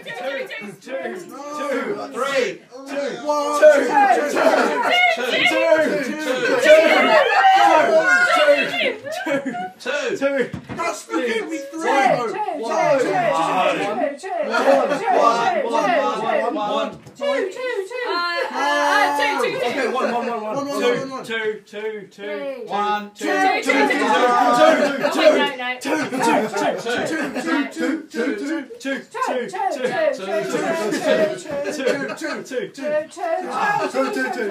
One, two, two, three, two, two, One, two, two, two, two, two, two, two. That's the game we threw. One, One, One, one, okay, one, one, one, One, one, one, one, two, one. two, two, two, Three. one, two, Two, two, two, two, two, two, two, two, two, two, Two, two, two, two, two, two, two, two, two. One, two, two, two, one, two, two, two, two,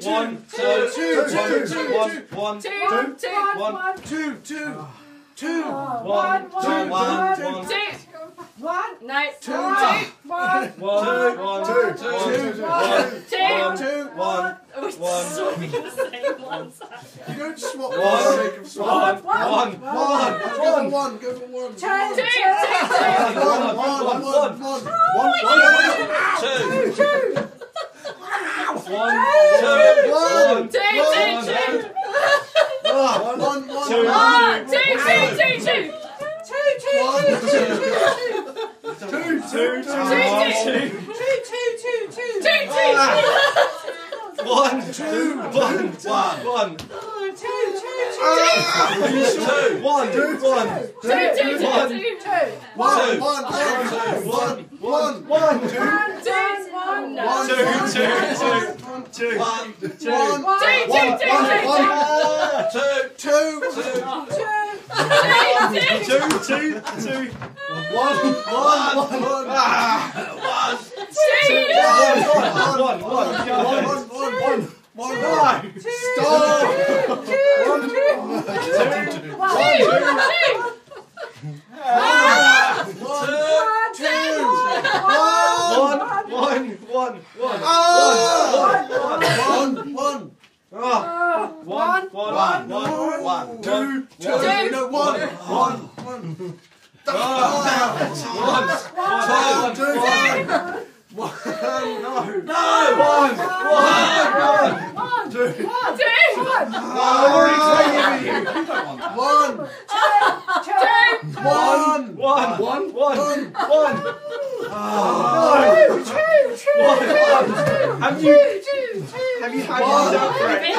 one, two, one, two, two, two. one, two, one, one, one, two, One, one, Two, two, two, two, one, Two. two. one, You don't swap One. for the sake of swapping. one, one, One. one. Let's go for one. Go for one. One, one, one, one, one. Two. One, two, one, Ah, one, one, Two. one. One, two, two, two, Two, one, two. One, two, one, one, one. Two, one, one. Two. One, one, one, one, one, one, two, one, two, one, two, two, one, one, two. one, One, one, two, two, two, two, two. one, One, one, one, one. ah, one. One, one, one, One, one. one, one, one, one, one. One, Stop! two, One, one, one, one. Ah! One, one, Ah, One, one, one, one, one. two, two, Two. no, one, one, one. Ah! One, One, one, two, two, one. one. No. No! One, one, one. Ah! One, One, one, one, one, One. one. Ah! One, one. Have you, have you had One. yourself correctly?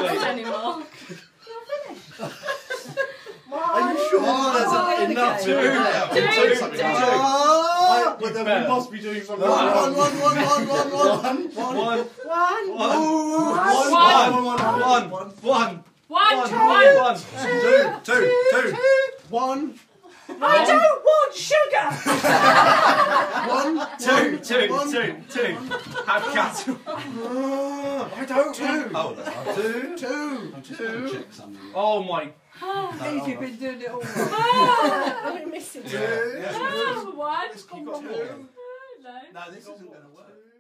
Are you sure that's enough? Two, Two, two, two. two. Ah! But then we must be doing something. One, one, one, one, one, one, one. One, one, one, Ooh. One. one, one, one, one, One, two, one, one. Two, two, two. One, I don't want sugar! one, Two, two, One. two, two. Have cattle. I don't two. Two, two, two, Oh my. Steve, you've been doing it all wrong. I'm gonna miss it. two. Ah, One, You got Oh, no. No, this isn't going to work.